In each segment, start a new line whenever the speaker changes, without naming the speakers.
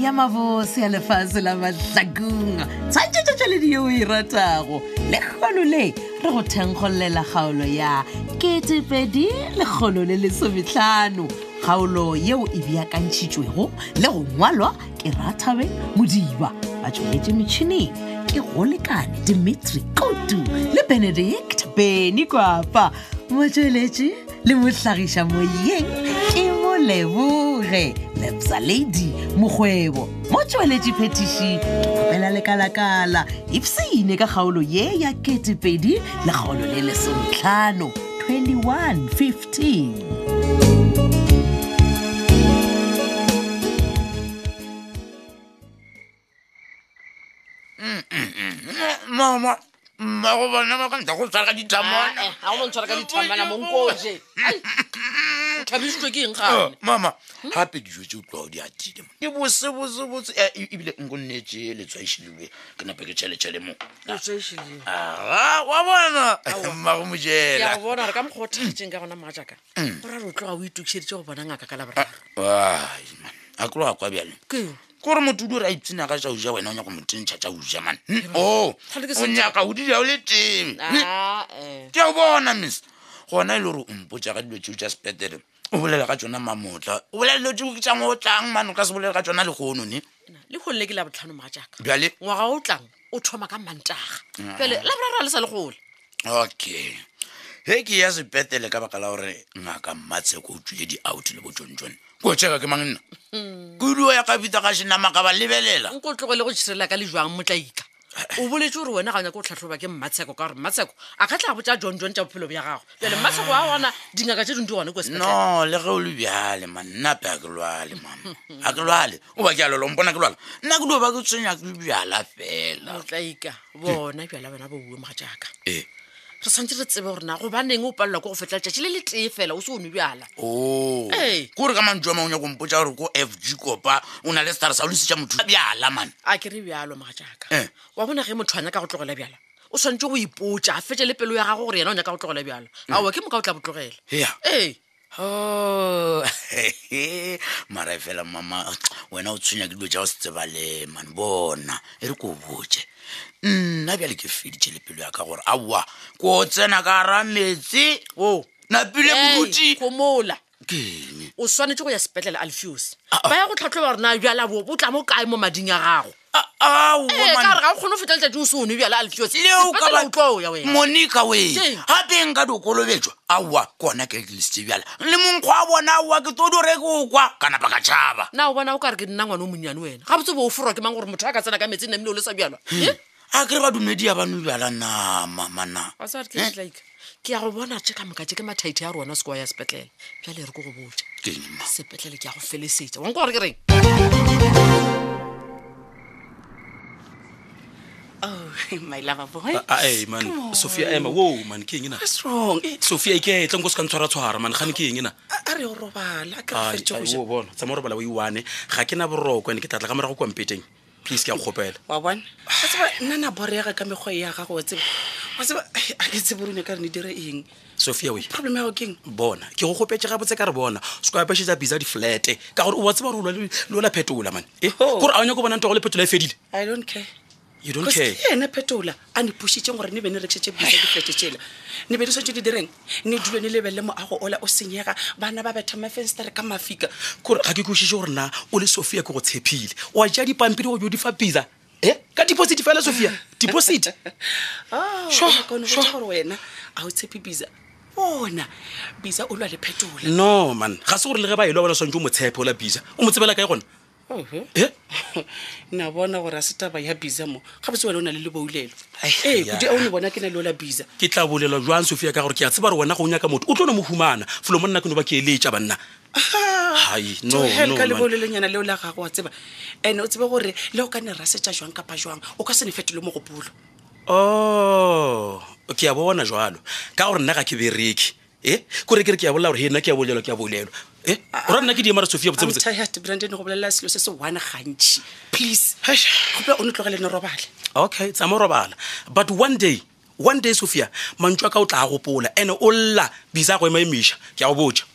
ya mabose ya lefase la mahlakong tshwantšhetšetšweledi yeo o e ratago le kgono le re go thenkgolela kgaolo ya ketepedi lekgono le lesometlhano kgaolo yeo e beakantšhitšwego le go ngwalwa ke rathabeng modiba ba tsweletše metšhineng ke go lekane dimitri kotu le benedict beny kwapa motsweletši le mohlagiša moyeng ke moleboge lebza lady mokgwebo mo tsweletše phetiši opela lekalakala ipsene ka kgaolo ye ya ketepedi le kgaolo le lesometlhano 2115
mama mma go bona ba ka nthako tshwara ka ditamona
ga o nontshwara ka dithamana monkoje thabisitwe ke eng gane
Eh, mama gape dijo tse utlwago di atile mo. di bosebosebose Eh, e, ebile nko nnetse letswaešhilelwe e ke nape ke tšheletšhele mo
ke e
aga wa bona mmago
a
mojela
bona gore ka Mm. mokgwa o thatseng ka gona majaaka ora re o tloga o itokišeditse go bona ngaka ka laboraro
a kolo ga kwa bjale
ke eng?
kore motudu re a ipsena ka tša uja wena o nyaka motentsha tša uja mane o
Kgale
Oh,
ke
o
se-
nyaka o didiao le teme Hmm.
Aa-e.
ke a o bona miss gona e le gore o mpotsa ka dilo tseo tsa sepetere o bolela ka tsona mamotla o bolela dilo tseo ke tsang o tlang mane o ka se bolele ka tsona legonone
le golole ke labotlhano majaaka
bjale
ngwaga o tlang o thoma ka mantaga pele laboraro a le sa le gole
okay he ke ya sepetele ka baka la gore ngaka mmatsheko o tswile di-out le botsontsone ko cheka ke mang nna kuduo ya ka bitsa ka senama ka ba lebelela
nko o tlogele go tšhirela ka lejwang motlaika o boletse gore wena ga o nyake go tlhatlhoba ke mmatsheko ka gore mmatsheko a ka tla botsa john john tsa bophelo bja gago pele mmatsheko a ona dingaka tse dingwe di gone ko sepetlele
no le ge o le bjale man nnape a ke lwale mama a ke lwale o ba ke a lwala ompona ke lwala nna ke dio ba ke tshwenya ke bjala fela
motlaika bona bjala bona bouwe moga jaaka
ee
re tshwanetse re tsebe gore na gobaneng o palelwa ke go fetla letšatši le le tee fela o se o nwe bjala Ee.
kore ka mantso a mangwe o mpotsa gore ko f g kopa o na le star sa o lesitša motho bjala mane
a ke re bjalo moga jaaka
Eh.
wa bona ge motho a nyaka go tlogela bjala o tshwanetse go ipotsa a fetse le pelo ya gago gore yena o nyaka go
Eh.
tlogela bjala aowa ke moka o tla botlogela
ea
ee
mara e fela mama wena o tshwenya ke dilo tja go se tsebale mane bona e re ko botse nna bjale ke feditše le pelo ya ka gore aowa ko tsena ka ra metsi
o
napile moruti
komola
keng
o swanetse go ya sepetlele alfeus
Ah, ah.
ba ya go tlhatlhoba gore na bjala bo bo tla mo kae mo mading a gago
aowa
ee ka gore ga o kgone go fetla letsatsi o se o nwe bjala alfeus
leo ka
Sepetlele o tlo ya wena
monica we
Keng?
gapeng ka dikolobetswa aowa kona ke liste bjala le monkgwa a bona aowa ke todo re ke o kwa ka napa ka tšhaba
na o bona o ka re ke nna ngwane o monnyane wena ga botse bo o forwa ke mang gore motho a ka tsena ka metsi nnamile o le sa bjalwa Eh?
a kere badumedi ya bano bjala nama mana
Wa tseba
Eh,
ke like Eh? ke ya go bona tse ka moka tse ke mathaithi a rona sekoa ya sepetlele bjale re ko go botja
kengma
sepetlele ke ya go felesetsa wanko gore ke reng
Oh, my lover boy.
ae Ah, eh, man sophia ema wo man ke eng ena
strong.
Eh,
sophia e ke etla nko se ka ntshwaratshwara man gane ke eng ena
A re o robala, a ke
Ai,
fetse go
ai,
ja.
wo bona tsa morobala o iwane ga ke na boroko ande ke tatla ka morago kwampeteng please ke a kgopela
Wa bona? Wa tseba nna na borega ka mekgwa e ya gago wa tseba. Wa tseba ai, a ke tsebe rone ka re ne dire eng.
sophia we
Problem ya gago keng?
bona ke go gopetse gabotse ka re bona sekwapesetsa bisa di-flete ka gore o wa tseba gore o lwa le le ola phetola man e
Ho.
kore a o nyako bona nto go le phetola e fedile
I don't care.
you don't
Cause
care
ke ene phetola a ne pušitšeng gore ne be ne rekšetse bisa diflete tšela ne be di swetse di direng ne dule ne lebelele moago ola o senyega bana ba betha mafenstere ka mafika
kore ga ke kwešiše gore na o le sophia ke go tshepile wa ja dipampiri go jo di fa bisa e ka deposit fela sophia deposit
Oh,
Sure,
kone
sure.
gotsa gore wena a o tshepe bisa bona bisa o lwa le phetola
no man ga se gore le ge ba elwa bona swantse o mo tshepe ola bisa o mo tsebela kae gona
Oho.
e
na bona gore a se taba ya bisa mo ga botse wena o na le leboulelo
Ai,
ee
ya.
kodi a o ne bona ke na le ola bisa
ke tla bolelwa jwang sophia ka gore ke a tseba gore wena go o nyaka motho o tlo no mo humana folo monna ke no ba ke eletša banna
Ah.
hai no
hel
no,
ka
man.
lebolelolenyana leo la gago wa tseba and o tsebe gore le o ka ne ra setša jwang kapa jwang o ka se ne fetole mogopolo
o Oh, ke a bona jalo ka gore nna ga ke bereke e kore kere ke a bolela gore he nna ke a bolelwa ke a bolelwa e ora nna ke diemare sophia
I'm
botsebotse
tired, branden go bolelela selo se se one gantši please gope o ne tlogele ne robale
okay tsama robala but one day one day sophia mantswe a ka o tla a gopola and o lla bisa a go ema emiša ke a go botja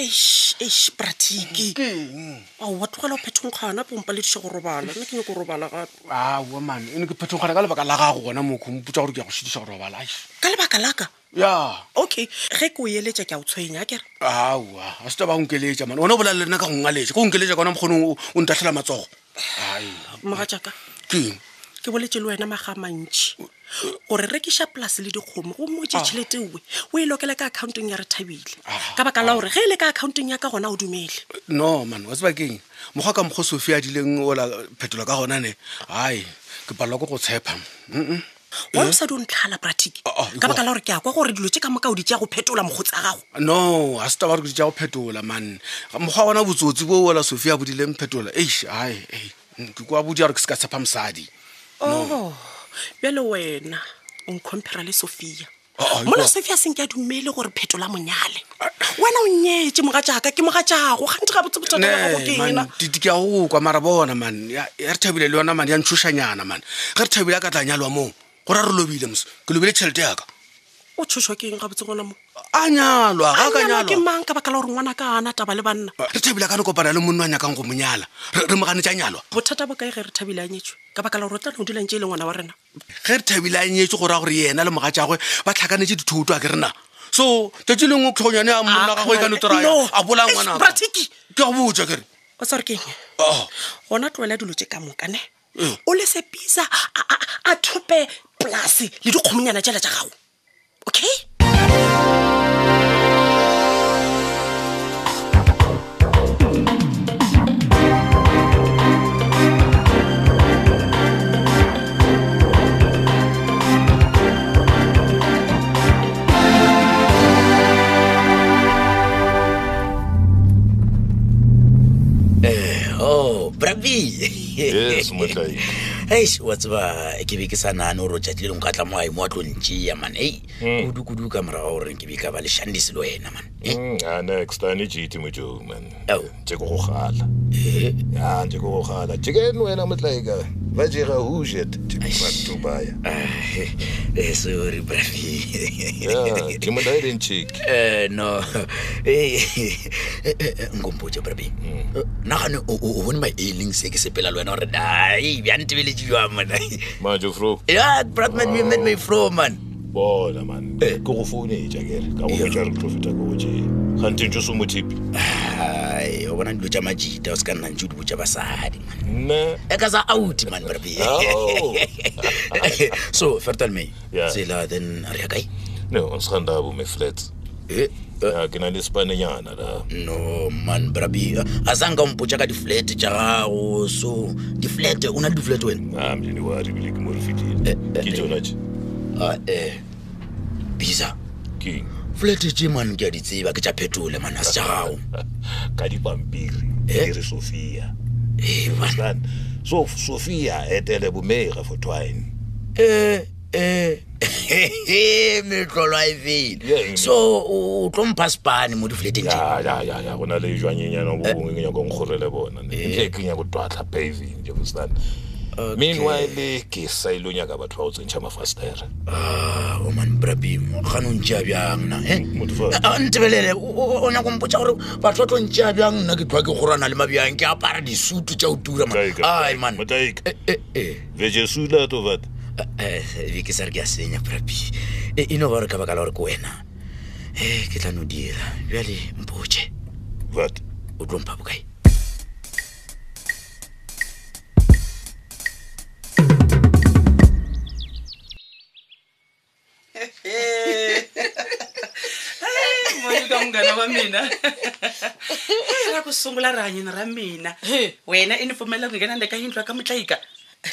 eish pratiki
Mm,
ao wa tlogela go phethongkgana pompalediša go robala nna ke nyako robala gape
aowa mane e ne ke phethogana ka lebaka la gago gona mokho mpotsa gore ke ya go šhediša gore obala
ka lebaka laka
ya
okay ge ke o eletša ke a o tshwenya kere
aowa ga se taba onkeletša mane ona o bola le nna ka go ngaletša ko onkeletša ka ona mokgone o ntatlhela matsogo ai
moga jaaka
keng
ke boletse le wena maga a mantšhi gore rekiša polase le dikgomo go mmoje
Ah.
tšhelete uwe o e lokele ka accountong ya re thabile ka baka
Ah.
la gore ge e le ka accountong ya ka gona o dumele
no man wa tseba keng mokgwa ka mokgwa sofi a dileng ola phetola ka gona ne ai ke palelwa ko go tshepa Mm-mm.
wa mosadi o ntlhala pratiki
Eh? Ah, ah,
ka baka la gore ke a kwa gore dilo tse ka moka o di tšea go phetola mogotsi a gago
no ga se taba gore ke ja go phetola man mokgwa wa bona botsotsi bo ola sofi a bodileng phetola eish ai ei, mm, ke kwa bodia gore ke se ka tshepa mosadi
o Oh, bjale wena o ncompara le sophia
Ah, ah,
mola
ekwa.
sophia seng ke a dumele gore phetola monyale wena o nyetse moga jaaka ke moga jago gante ga botse bothata ba
Nee,
gago Tota ke
man,
ena
titi ke a go kwa mara bona man ya ya re thabile le yona man ya ntshošanyana man ge re thabile a ka tla nyalwa moo gore a re lobile mos ke lobile tšhelete yaka
o tshošwa ke eng ga botse gona mo
a nyalwa ga a ka
a nyalwa ke
nyalwa
mang ka baka la gore ngwana ka ana taba le banna
re thabile a ka re kopana le monna a nyakang go monyala re re mo ganetša nyalwa
bothata ba kae ge re thabile a nyetswe ka baka la gore o tla no dulang tse e le ngwana wa rena
ge re thabile a nyetse go raya gore yena le moga tjagwe ba tlhakanetse dithoto a ke rena so tšatši lengwe tlhonyane a monna gagwe e ka
No.
notoraya a bola
Eish,
ngwanaka
Bratiki.
ke a botja kere
o sa re ke eng
Oh.
gona tloela dilo tse ka moka ne o le sepisa a- a- a thope polase le dikgomonyana jela ja gago okay
o brabi
yes motlai
eish wa tseba ke be ke sa nagane gore o tšatile leng ka tla mogae mo a tlo ntsea man ei kudu-kudu ka moraga goreng ke be ka ba leshandise le wena man Eh,
a Mm, next ane jete mojo man
Awu.
nje ko go gala ya nje ko go gala jeken wena motlai ka ba jega hujet batho baya
ah, Oh. eh, sorry brabi
ke molaeleng cheke
Eh, no Eh, nkompotse brabi Eh, nagane o o- o bone maeling se ke sepela le wena gore ai bjantebeletse jwang mona
majo fro
ya bratman we met my fro man
bona man
Eh.
ke go founetša kere ka go botša re tlo feta ko goje gante e ntse se mothipi
ai o bona dilo tša majita o se ka nna ntse o di botša basadi man
nna
e ka sa out man brabi
Ao.
so fertel me
Yeah.
tsela then re ya kae
no o segandabo me flats
Eh, eh,
ke na le spanenyana la
no man brabi a sanka mpotša ka di-flat tša gago so di-flat o na le di-flat wena
a mjene Ah, wa rebile ke mo re
Eh,
fetile ke tsona tše
Ah, eh bisa
keng
flat tše man ke a di tseba ke tša phetole man a se tša gago
ka dipampiri
Eh.
ke re sophia
Eh, man.
Understand? so sophia etele bomega for twine
Eh, eh. metlolo a e fele
Yeah, yeah.
so o o tlo mpha spane mo di-flateng tše
ya ya ya ya go na le jwanyenyana bo bongwe ke nyako nkgorele bona ne ke ke nyako twatlha paving nje bostane meanwhile ke sa ilo nyaka batho ba go tsentšha mafastere
Ah, o man brabi gane o ntšea bjang na eh?
motho fa-
Ah, ah, ntebelele o- o o nyako mpotsa gore batho ba tlo ntšea bjang nna ke tlhoa ke gorana le mabjang ke apara disutu tša o tura man.
Motlaika,
Ai, man
Motlaika.
Eh, eh, eh.
vejesula tovat
Eh, eh, be ke sa re ke a senya brabi e e no ba gore ka baka la gore ke wena Eh, ke tla no dira bjale mpotse
vat
o tlo mpha bokae
ka mongana wa mina ra ku sungula rihanyenyo ra mina wena e i ni pfumela ku nghena le ka yindlu ya ka mutlayika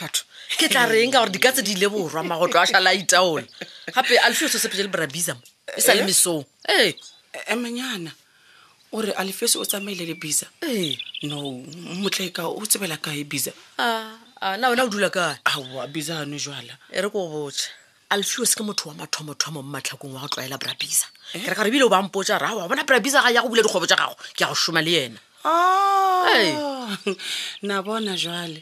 batho ke tla reng ka gore di ka tse di ile borwa magotlo a šhala a itaola gape alfio se sepete le brabisam e sa le
Eh?
mesong Eh, ee
emanyana E, o re alefesi o tsamaile le bisa
ee
no mutlayika o tsebela kae bisa
a a, Ah, na wena o dula kae
aowa bisa ano jwala
e re ko go botse alfio se ke motho wa mathomothomo mo matlhakong wa go tlwaela brabisa ke re ka re ebile o bampotsa ra wa bona brabisa ga ya go bula dikgobo tsa gago ke ya go šoma le yena
Ah, na bona jwale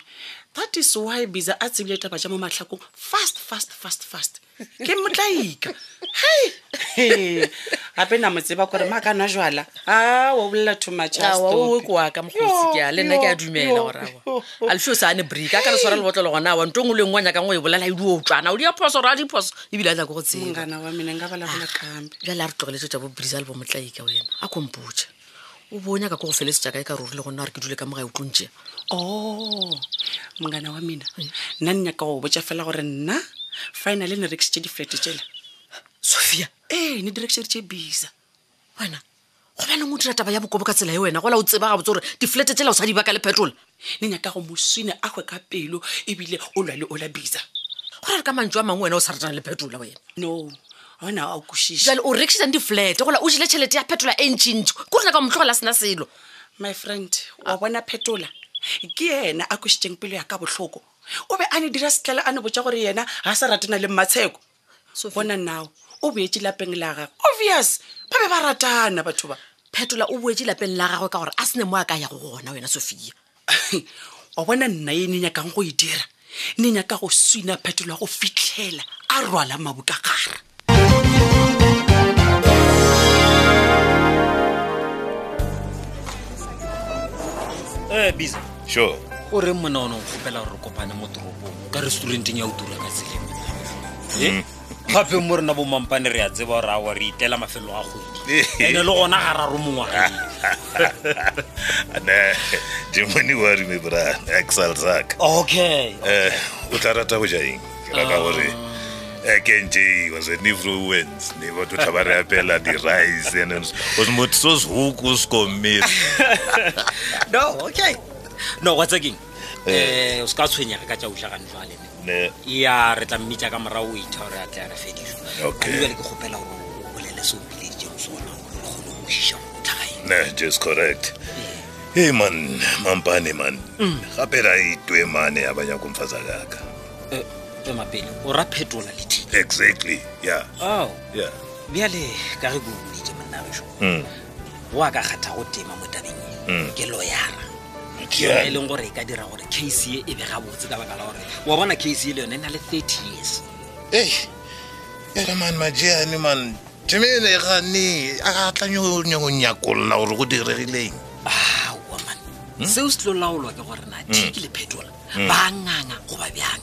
that is why bisa a tsebile taba ja mo matlhakong fast fast fast fast ke motlaika hai gape na mo tseba kore maaka nwa jala a Ah, wa bolela too much a se
awa
tope.
o koaka mogosi ke a le nna ke a dumela gorawa alfio sa ane break a ka re tshwara lebotlolo gona wa ntong o lengwe wa nyakang o e bolela e duo o tswana o dia phoso ora di phoso ebile a tla ko go tseba
mongana wa mena nka balabola kampe
jale a re tlogeletse tsa bo brisa le bo motlaika wena a kompotse o bo o nyaka ko go feletse jaaka e ka ruri le gonna a re ke dule ka mogae otlontšea
o mongana wa mina nna nnyaka go botsa fela gore nna finale ne rekisitše di-flat tsela
sophia
ee ne di rekisitše bisa
wena gobaneng o dira taba ya bokobo ka tsela e wena gola o tseba gabotse gore diflete tsela o sa di baka le phetola
ne nyaka go moswine a gwe ka pelo ebile o lwa le ola bisa
go re ka mantso a mangwe wena o sa ratana le phetola wena
no ona a kwešiša
jale o rekisitsang diflete gola o jile tšhelete ya phetola e ntšintši ko re nyaka motlogela sena selo
my friend wa bona phetola ke yena a kwešitšeng pelo ya ka botlhoko o be a ne dira setlele a ne botsa gore yena ga sa ratana le mmatsheko bona nao o boetse lapeng la gagwe obvious ba be ba ratana batho ba
phetola o boetse lapeng la gagwe ka gore a sene mo a ka ya go gona wena sophia
wa bona nna e ne nyakang go e dira ne nyaka go swina phetola go fitlhela a rwala mabukagara
um bisa
sure
o reng mona one o kgopela gore re kopane mo toropong ka restauranteng ya o tura ka selemo e gape mo rena bo mampane re a tseba gore awa re itlela mafelo a kgwedi ande le gona ga raro mongwageng
ne dimone warime bra axel zak
okay
um o tla rata go jaeng ke raka gore eh, ekenje was a nivro wens ne batho tla ba re apela di-rice and was motho so zhuku skomile
no okay no what's again um o se ka tshwenyega ka tja utlagane jwa lene
ne
ya re tla mmitsa ka morago o itha gore a tle a re fediso
Okay.
ebale ke kgopela gore o bolele se o bileditseng sona gore re kgone go iša motlhagaeng
ne just correct hey man mampane man gape ra itwe mane abanyaka umfaza kaka
e mapele o ra phetola le thi
exactly yeah
ao
yeah
bjale ka ge koomeditse monnageso
Mm.
o a ka kgatha go tema mo tabeng e
Mm.
ke loyara yona e
Yeah.
leng gore e ka dira gore case e e be gabotse ka baka la gore wa bona case e le yone e na le thirty years
Hey, yara man majeane man temene gane a ga tla nyo nyo nyakolola gore go diregileng
aowa man seo se tlo laolwa ke gore na thiki le phetola ba nganga goba bjang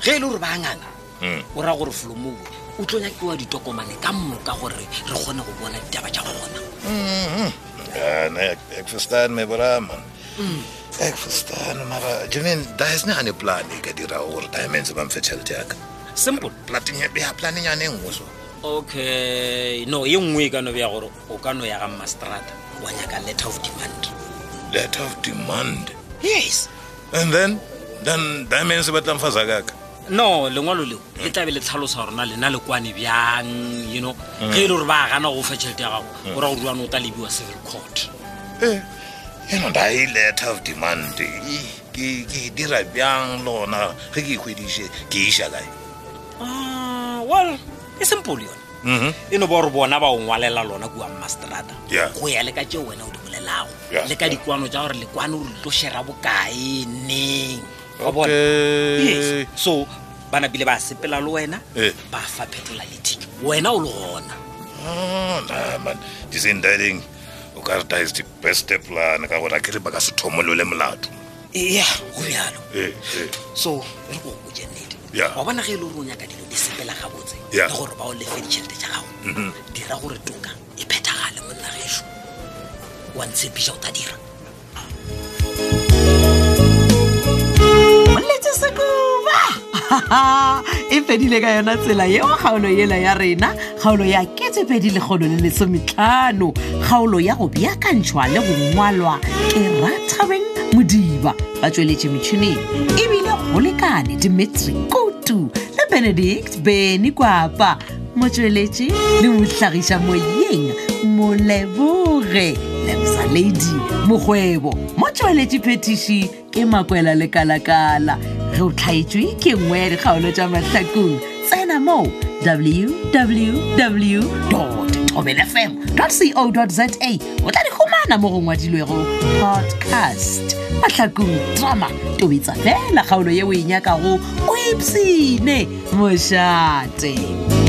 ge e le gore ba nganga
Mm.
o raya gore folomoo o tlo nyakewa ditokomane ka moka gore re kgone go bona ditaba tja gona
Ja, nee, ik, ik Ah, verstaan me bra man ek verstaan maar jemen daar is nie aan 'n plan ek het dira oor daai mense van verteltek
simple
platinye eh, ja planinye nengoso
okay no e nngwe e kano bja gore o ka no ya ga mmaseterata wa nyaka letter of demand
that of demand
yes
and then dan daai mense wat dan vasakaka
no lengwalo leo le tlabe le tlhalosa gorena lena le kwane bjang you know ge e le gore ba gana go fa tšhelete ya gago o ra go duane o tla lebiwa civil court
Eh, you know daai letter of demand e- ke ke dira bjang lona ge ke ikhwediše ke iša kae
Ah, well e simple yone
Mhm.
e no ba gore bona ba ongwalela lona kua mmaseterata
Yeah.
go ya le ka tšeo wena o di bolelago
Yeah,
le ka
yeah.
dikwano tja gore lekwane o le tlo shera bokae neng Wa bona?
Okay.
yes so ba napile ba sepela le wena
Eh.
ba fa phetola letiki wena o le gona
Oh, nah, man disendaleng e o ka re da is the best plan ka gore a kere ba ka se thomolole molato
ya go bjalo
Eh, eh.
so re ko o jennete
Yeah.
wa bona ge e le gore o nyaka dilo di sepela gabotse
Yeah.
le gore ba o lefe ditšhelete tja gago dira gore toka e phethagale monna gešo wa ntshepisa o tla dira
moletse sekuba e fedile ka yona tsela yeo kgaolo yela ya rena kgaolo ya ketsepedi lekgolo le lesometlhano kgaolo ya go bjakantšhwa le go ngwalwa ke rathabeng modiba ba tsweletše metšhineng ebile go lekane dimetri kutu le benedict beny kwapa motsweletše le mohlagiša moyeng moleboge lebsaladi mokgwebo mo tsweletše phetiši ke makwela lekalakala ge o tlhaetswe ke nngwe ya dikgaolo tša mahlakong tsena mo www thobel fm co za o tla di humana mo go ngwadilwego podcast mahlakong drama tobetsa fela kgaolo ye o e nyakago o ipsene mošate